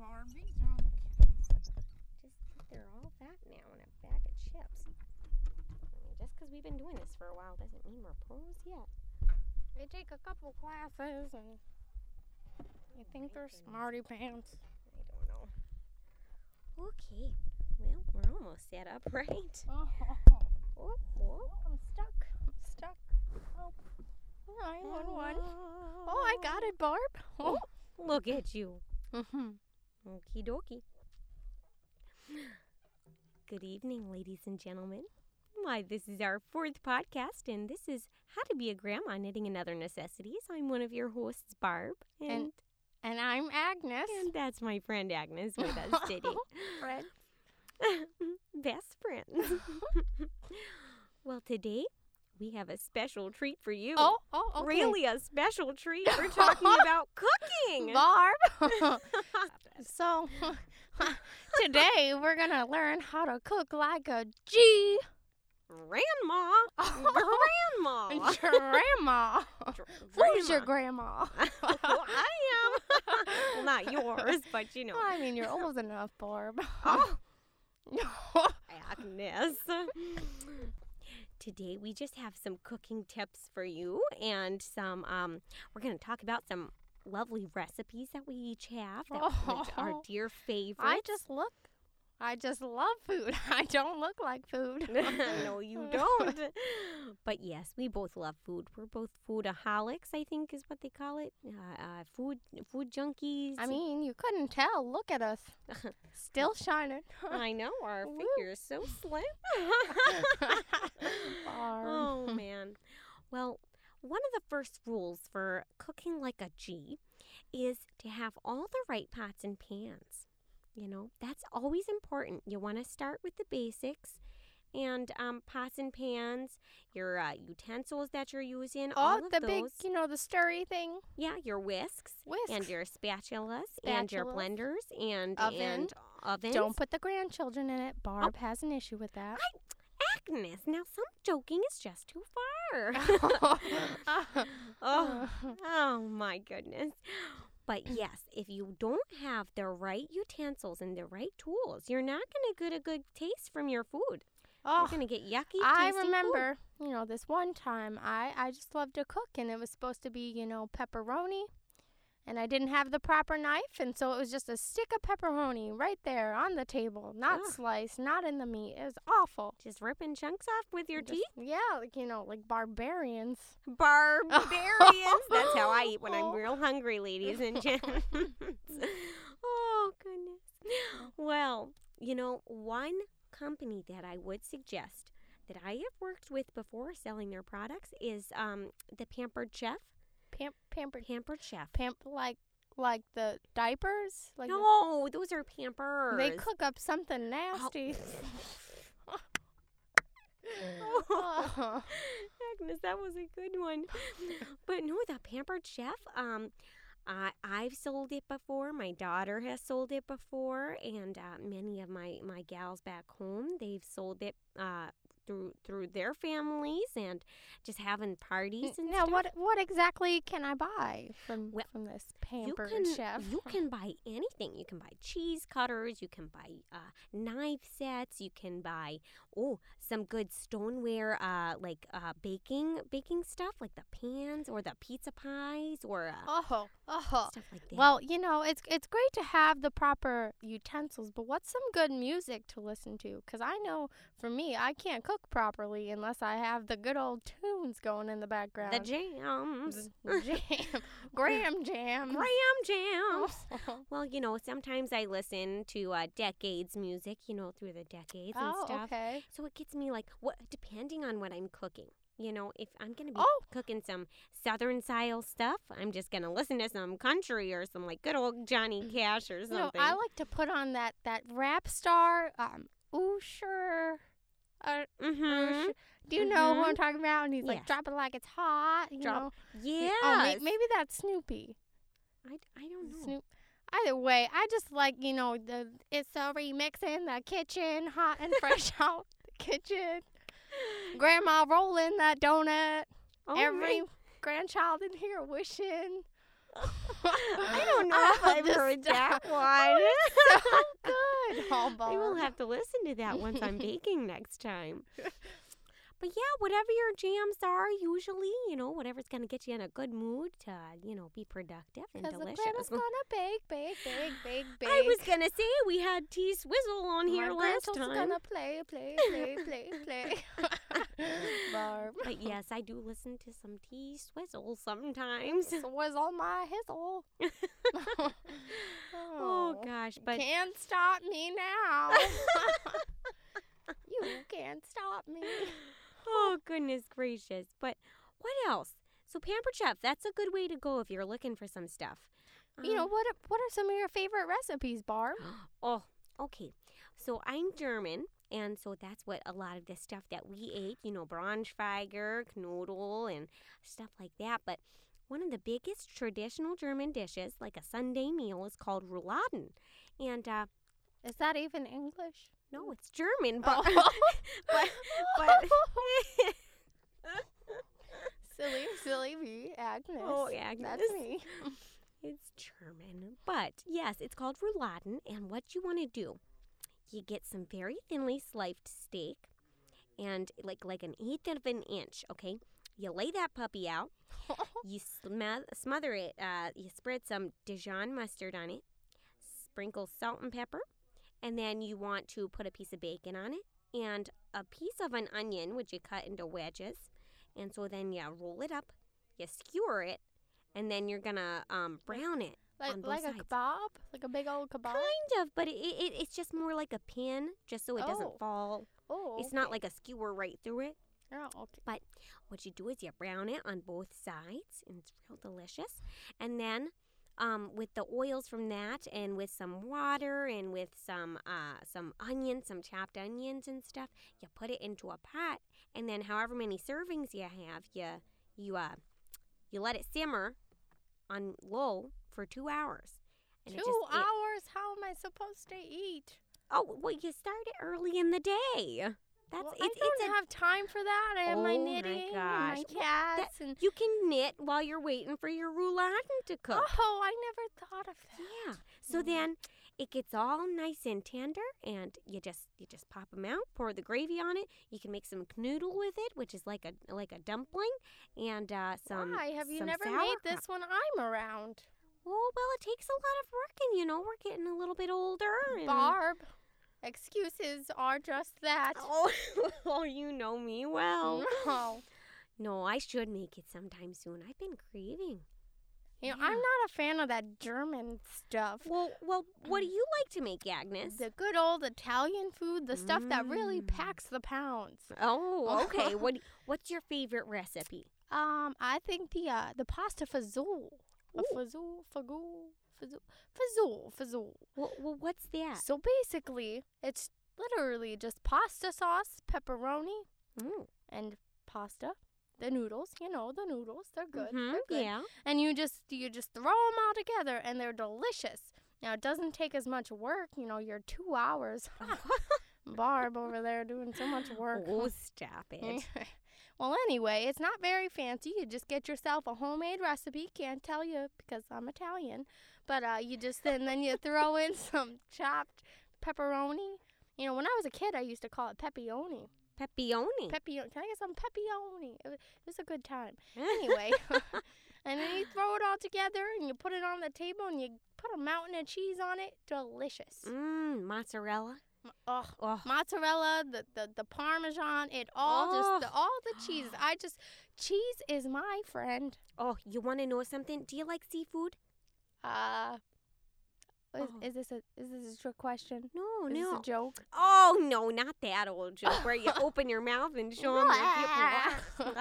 Arby's are all kittens. Just think they're all that now in a bag of chips. I mean, just because we've been doing this for a while doesn't mean we're pros yet. They take a couple classes and you think they're smarty pants. I don't know. Okay. Well, we're almost set up, right? Oh, Oh, oh. I'm stuck. I'm stuck. Help. Nine one one. Oh, I got it, Barb. Oh. Look at you. Mm-hmm. Okie dokie. Good evening, ladies and gentlemen. Why, this is our fourth podcast, and this is How to Be a Grandma Knitting and Other Necessities. I'm one of your hosts, Barb. And- And I'm Agnes. and that's my friend Agnes with us today. Fred. Best friends. well, today we have a special treat for you. Oh, oh, okay. Really, a special treat. We're talking about cooking. Barb. so today we're gonna learn how to cook like a G Grandma. Grandma. grandma. Who's your grandma? Well, I am. well, not yours, but you know, I mean, you're old enough, Barb. Oh. No. Agnes. Today we just have some cooking tips for you, and some. Um, we're gonna talk about some lovely recipes that we each have that aren't our Oh. dear favorites. I just look. I just love food. I don't look like food. no, you don't. But yes, we both love food. We're both foodaholics, I think is what they call it. Uh, uh, food food junkies. I mean, you couldn't tell. Look at us. Still shining. I know our Woo. figures so slim. Barb. oh man. Well, one of the first rules for cooking like a G is to have all the right pots and pans. You know, that's always important. You want to start with the basics and um, pots and pans, your uh, utensils that you're using, all, Oh, of the those. big, you know, the stirry thing. yeah, your whisks, Whisk. and your spatulas, and your Spatulas. blenders and Oven. and ovens. Don't put the grandchildren in it. Oh. Barb has an issue with that. Agnes, now some joking is just too far. Ah. oh, oh my goodness. But yes, if you don't have the right utensils and the right tools, you're not going to get a good taste from your food. oh, You're going to get yucky. I tasting food. remember, you know, this one time I, I just loved to cook and it was supposed to be, you know, pepperoni. And I didn't have the proper knife, and so it was just a stick of pepperoni right there on the table, not Ugh. sliced, not in the meat. It was awful. Just ripping chunks off with your Just- teeth. Yeah, like, you know, like barbarians. Barbarians. That's how I eat when Oh. I'm real hungry, ladies and gentlemen. oh, goodness. Well, you know, one company that I would suggest that I have worked with before selling their products is um, the Pampered Chef. Pamp, pampered. Pampered Chef. Pamp, like, like the diapers? Like, No, those are Pampers. They cook up something nasty. Oh. Agnes, that was a good one. But no, the Pampered Chef. Um, I I've sold it before. My daughter has sold it before, and uh, many of my my gals back home they've sold it uh, through through their families and just having parties and now, stuff. what what exactly can I buy from Well, from this You pampered can chef? you can buy anything. You can buy cheese cutters. You can buy uh, knife sets. You can buy oh some good stoneware uh, like uh, baking baking stuff like the pans or the pizza pies or uh, Oh, oh. stuff like that. Well, you know, it's it's great to have the proper utensils, but what's some good music to listen to? Cuz I know for me, I can't cook properly unless I have the good old tunes going in the the background. jams, jam. Graham jam. graham jams. Mm-hmm. Oh. Well, you know, sometimes I listen to uh, decades music. You know, through the decades and Oh, stuff. okay. So it gets me like what depending on what I'm cooking. You know, if I'm gonna be Oh. cooking some southern style stuff, I'm just gonna listen to some country or some like good old Johnny Cash or You know, something. Mm. I like to put on that that rap star um Usher. Uh, mm-hmm. Usher. Do you know who I'm talking about? And he's Yes. like, drop it like it's hot. You Drop- know? Yeah. Y- oh, may- maybe that's Snoopy. I, I don't know. Snoop. Either way, I just like you know the it's so remix in the kitchen, hot and fresh out the kitchen. Grandma rolling that donut. Oh, Every man. grandchild in here wishing. I don't know if I've heard that Oh one. Good, I will Hallbar. have to listen to that once I'm baking next time. But yeah, whatever your jams are, usually, you know, whatever's going to get you in a good mood to, you know, be productive and Because the delicious. plan is gonna bake, bake, bake, bake, bake. I was going to say we had T Swizzle on My here last grandchild's time. gonna play, play, play, play, play. Barb. But yes, I do listen to some T Swizzle sometimes. This was all my hizzle. oh, Oh gosh, but can't stop me now. you can't stop me. oh goodness gracious. But what else? So Pampered Chef, that's a good way to go if you're looking for some stuff. You know Um, what? What are some of your favorite recipes, Barb? Oh, okay. So I'm German, and so that's what a lot of the stuff that we ate, you know, Braunschweiger, Knödel, and stuff like that. But one of the biggest traditional German dishes, like a Sunday meal, is called Rouladen. And uh, Is that even English? no, it's German, but, but, but but- silly, silly me, Agnes. Oh, Agnes. That's me. It's German. But yes, it's called rouladen. And what you want to do, you get some very thinly sliced steak and like like an eighth of an inch, okay? You lay that puppy out. You smoth- smother it. Uh, you spread some Dijon mustard on it. Sprinkle salt and pepper. And then you want to put a piece of bacon on it and a piece of an onion, which you cut into wedges. And so then you roll it up, you skewer it, and then you're gonna um, brown it. Like on both like sides. a kebab, like a big old kebab. Kind of, but it, it, it's just more like a pin, just so it Oh. doesn't fall. Oh, It's not okay. like a skewer right through it. Oh, okay. what you do is you brown it on both sides and it's real delicious and then um, with the oils from that and with some water and with some uh, some onions some chopped onions and stuff you put it into a pot and then however many servings you have you you uh you let it simmer on low for two hours Two it just- it- hours. How am I supposed to eat? oh well you start it early in the day that's Well, I it's, don't it's a have time for that. I have my Oh my knitting, and my gosh. Well, that- cats, and you can knit while you're waiting for your rouladen to cook oh, I never thought of that. Yeah. So Mm. then it gets all nice and tender, and you just you just pop them out, pour the gravy on it. You can make some knoodle with it, which is like a like a dumpling, and uh, some. Why have you some never made sauerkraut. this when I'm around, Oh well, it takes a lot of work, and you know we're getting a little bit older. And, Barb? Excuses are just that. Oh, oh, you know me well. No, Oh, No, I should make it sometime soon. I've been craving. you know, I'm Yeah. not a fan of that German stuff. Well, well, what do you like to make, Agnes? The good old Italian food, the stuff that really Mm. packs the pounds. oh, okay. what What's your favorite recipe? Um, I think the uh, the pasta fazool, a Ooh. fazool, fagool, fazool, fazool, fazool. Well, well what's that? So basically, it's literally just pasta sauce, pepperoni, Mm. and pasta. The noodles, you know, the noodles, they're good. Mhm, They're good. Yeah. And you just you just throw them all together, and they're delicious. Now it doesn't take as much work, you know. Your two hours, Ah, Barb over there doing so much work. Oh, stop it. well, anyway, it's not very fancy. You just get yourself a homemade recipe. Can't tell you because I'm Italian, but uh, you just and then you throw in some chopped pepperoni. You know, when I was a kid, I used to call it pepperoni. Pepperoni. Pepperoni. Can I get some pepperoni? It wa- it was a good time. Anyway, and then you throw it all together and you put it on the table and you put a mountain of cheese on it. Delicious. Mmm, mozzarella. Ugh Oh, mozzarella, the, the, the parmesan, it all Oh. just the, all the cheese. I just cheese is my friend. oh you want to know something? Do you like seafood? Uh is, Oh. is this a is this a trick question? No, is this no. a joke? oh, no, not that old joke where you open your mouth and show 'em your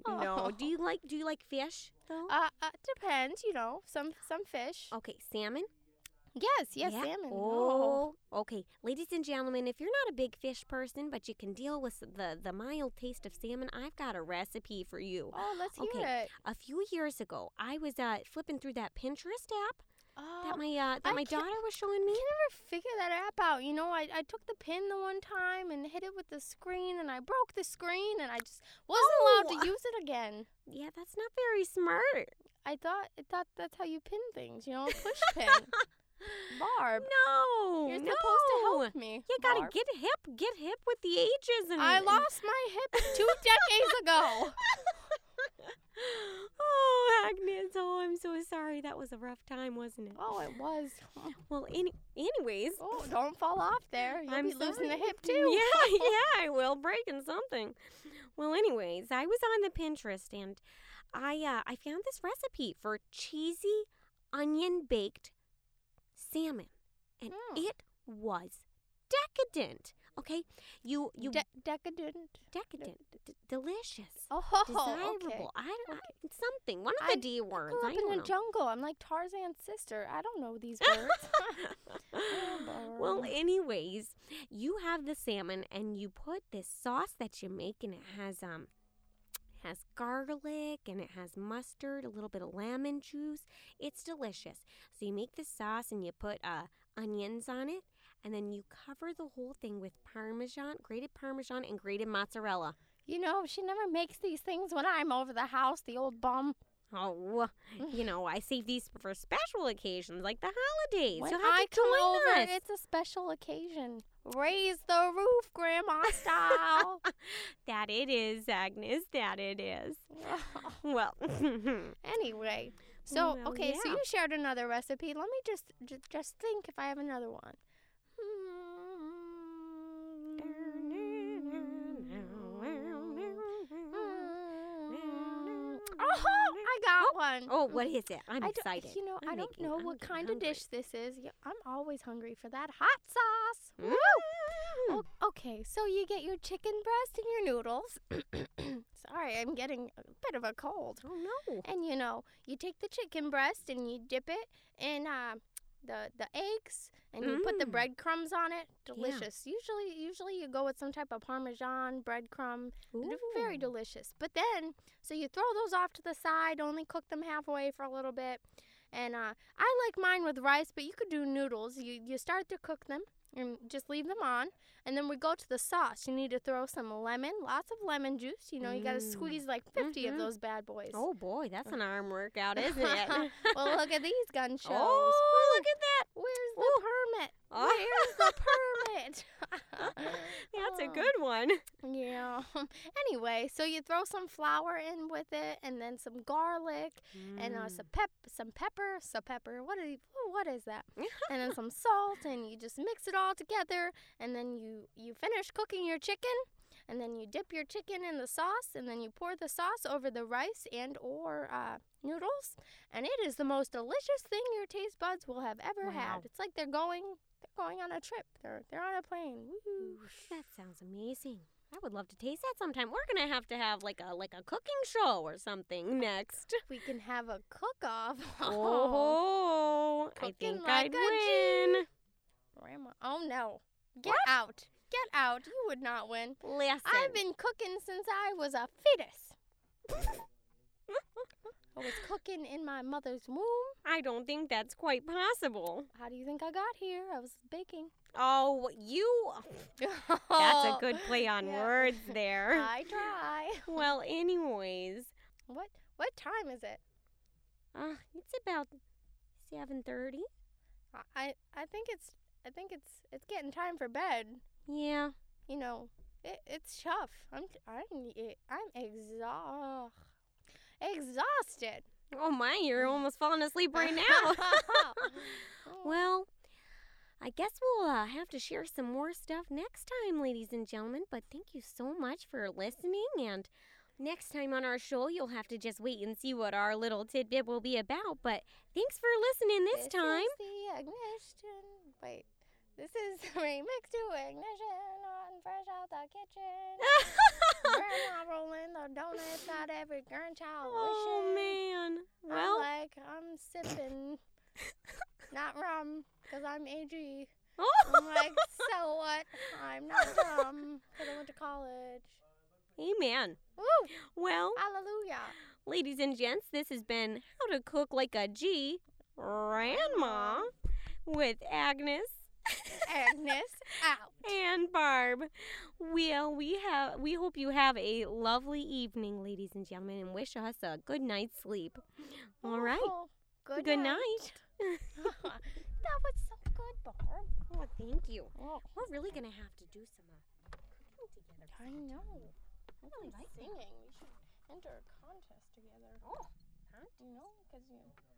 No. Do you like do you like fish though? Uh, uh depends, you know, some some fish. okay, salmon? Yes, yes, Oh. Yeah. salmon. Oh. okay. Ladies and gentlemen, if you're not a big fish person but you can deal with the the mild taste of salmon, I've got a recipe for you. Oh, Oh, let's hear Okay. it. a few years ago, I was uh, flipping through that Pinterest app Oh, that my uh, I that my can't- daughter was showing I me. can never figure that app out. You know, I, I took the pin the one time and hit it with the screen and I broke the screen and I just wasn't allowed Oh. to use it again. Yeah, that's not very smart. I thought I thought that's how you pin things, you know, a push pin. Barb, No, you're no. supposed to help me. You gotta Barb. get hip, get hip with the ages. And I and- lost my hip two decades ago. oh, Agnes! Oh, I'm so sorry. That was a rough time, wasn't it? Oh, it was. Well, any- anyways. Oh, don't fall off there. You'll I'm be losing the sorry. hip Yeah, too. yeah, I will breaking something. Well, anyways, I was on the Pinterest and I uh, I found this recipe for cheesy onion baked salmon, and Mm. it was decadent. Okay, you you De- decadent. decadent, d- delicious, Oh, okay. desirable. I, I something one of the I D words. grew I up in don't the know. jungle. I'm like Tarzan's sister. I don't know these words. well, Barb. anyways, you have the salmon and you put this sauce that you make and it has um has garlic and it has mustard, a little bit of lemon juice. It's delicious. So you make the sauce and you put uh onions on it and then you cover the whole thing with parmesan, grated parmesan and grated mozzarella. you know, she never makes these things when I'm over the house, the old bum. Oh, you know, I save these for special occasions like the holidays. When You'll have I to come join over, us. it's a special occasion. Raise the roof, Grandma style. That it is, Agnes. That it is. Well, anyway, so Well, okay, so yeah. you shared another recipe. Let me just j- just think if I have another one. Hmm. Oh, I got one. oh, what is it? I'm I don't- excited. You know, I'm I don't making- know I'm what getting kind hungry. of dish this is. Yeah, I'm always hungry for that hot sauce. Mm. O- okay, so you get your chicken breast and your noodles. Sorry, I'm getting a bit of a cold. Oh, no. And you know, you take the chicken breast and you dip it in uh, the the eggs, and you put the Mm. breadcrumbs on it. Delicious. Usually, usually you go with some type of parmesan breadcrumb. They're Very Ooh. delicious. But then, so you throw those off to the side, only cook them halfway for a little bit. And uh, I like mine with rice, but you could do noodles. You, you start to cook them and just leave them on. And then we go to the sauce. You need to throw some lemon, lots of lemon juice. You know, you got to Mm. squeeze like 50 Mhm. of those bad boys. Oh, boy, that's an arm workout, isn't it? well, look at these gun shows. Oh, look at that. Where's the Ooh. permit? Oh, Where's the permit? that's a Oh. good one. Yeah. anyway, so you throw some flour in with it, and then some garlic, and Mm. uh, some pep, some pepper, some pepper. What is what is that? and then some salt, and you just mix it all together, and then you you finish cooking your chicken, and then you dip your chicken in the sauce, and then you pour the sauce over the rice and or uh, noodles, and it is the most delicious thing your taste buds will have ever Wow. had. It's like they're going they're going on a trip. They're they're on a plane. Woo. Ooh, that sounds amazing. I would love to taste that sometime. We're gonna have to have like a like a cooking show or Oh, something next. We can have a cook off. Oh, I Cooking think like I'd a win. Grandma. Oh no. Get out. Get out. You would not win. Listen, I've been cooking since I was a fetus. I was cooking in my mother's womb. I don't think that's quite possible. How do you think I got here? I was baking. Oh, you. That's a good play on Yeah. words there. I try. well, anyways, What what time is it? uh, it's about seven thirty. I- I I think it's I think it's it's getting time for bed. Yeah. You know, it, it's tough. I'm I'm I'm exhaust exhausted. Oh my, you're almost falling asleep right now. Well, I guess we'll uh, have to share some more stuff next time, ladies and gentlemen. But thank you so much for listening. And next time on our show, you'll have to just wait and see what our little tidbit will be about. But thanks for listening this, time. Is the ignition. Wait, this is the remix to ignition on fresh out the kitchen. Grandma rolling the donuts out every grandchild oh, wishing. man. I'm Well, like I'm sipping, not rum, cause I'm AG. oh, I'm like, so what? I'm not dumb, cause I went to college. amen. Woo! Well, Hallelujah. ladies and gents, this has been How to Cook Like a G Grandma with Agnes Agnes out. and Barb. Well, we have we hope you have a lovely evening, ladies and gentlemen, and wish us a good night's sleep. All right. Oh, Good, Good, night. that was so good, Barb. Oh, thank you. Oh, We're really gonna have to do some uh, cooking together. I know. I really like that. singing. We should enter a contest together. Oh, You know, because you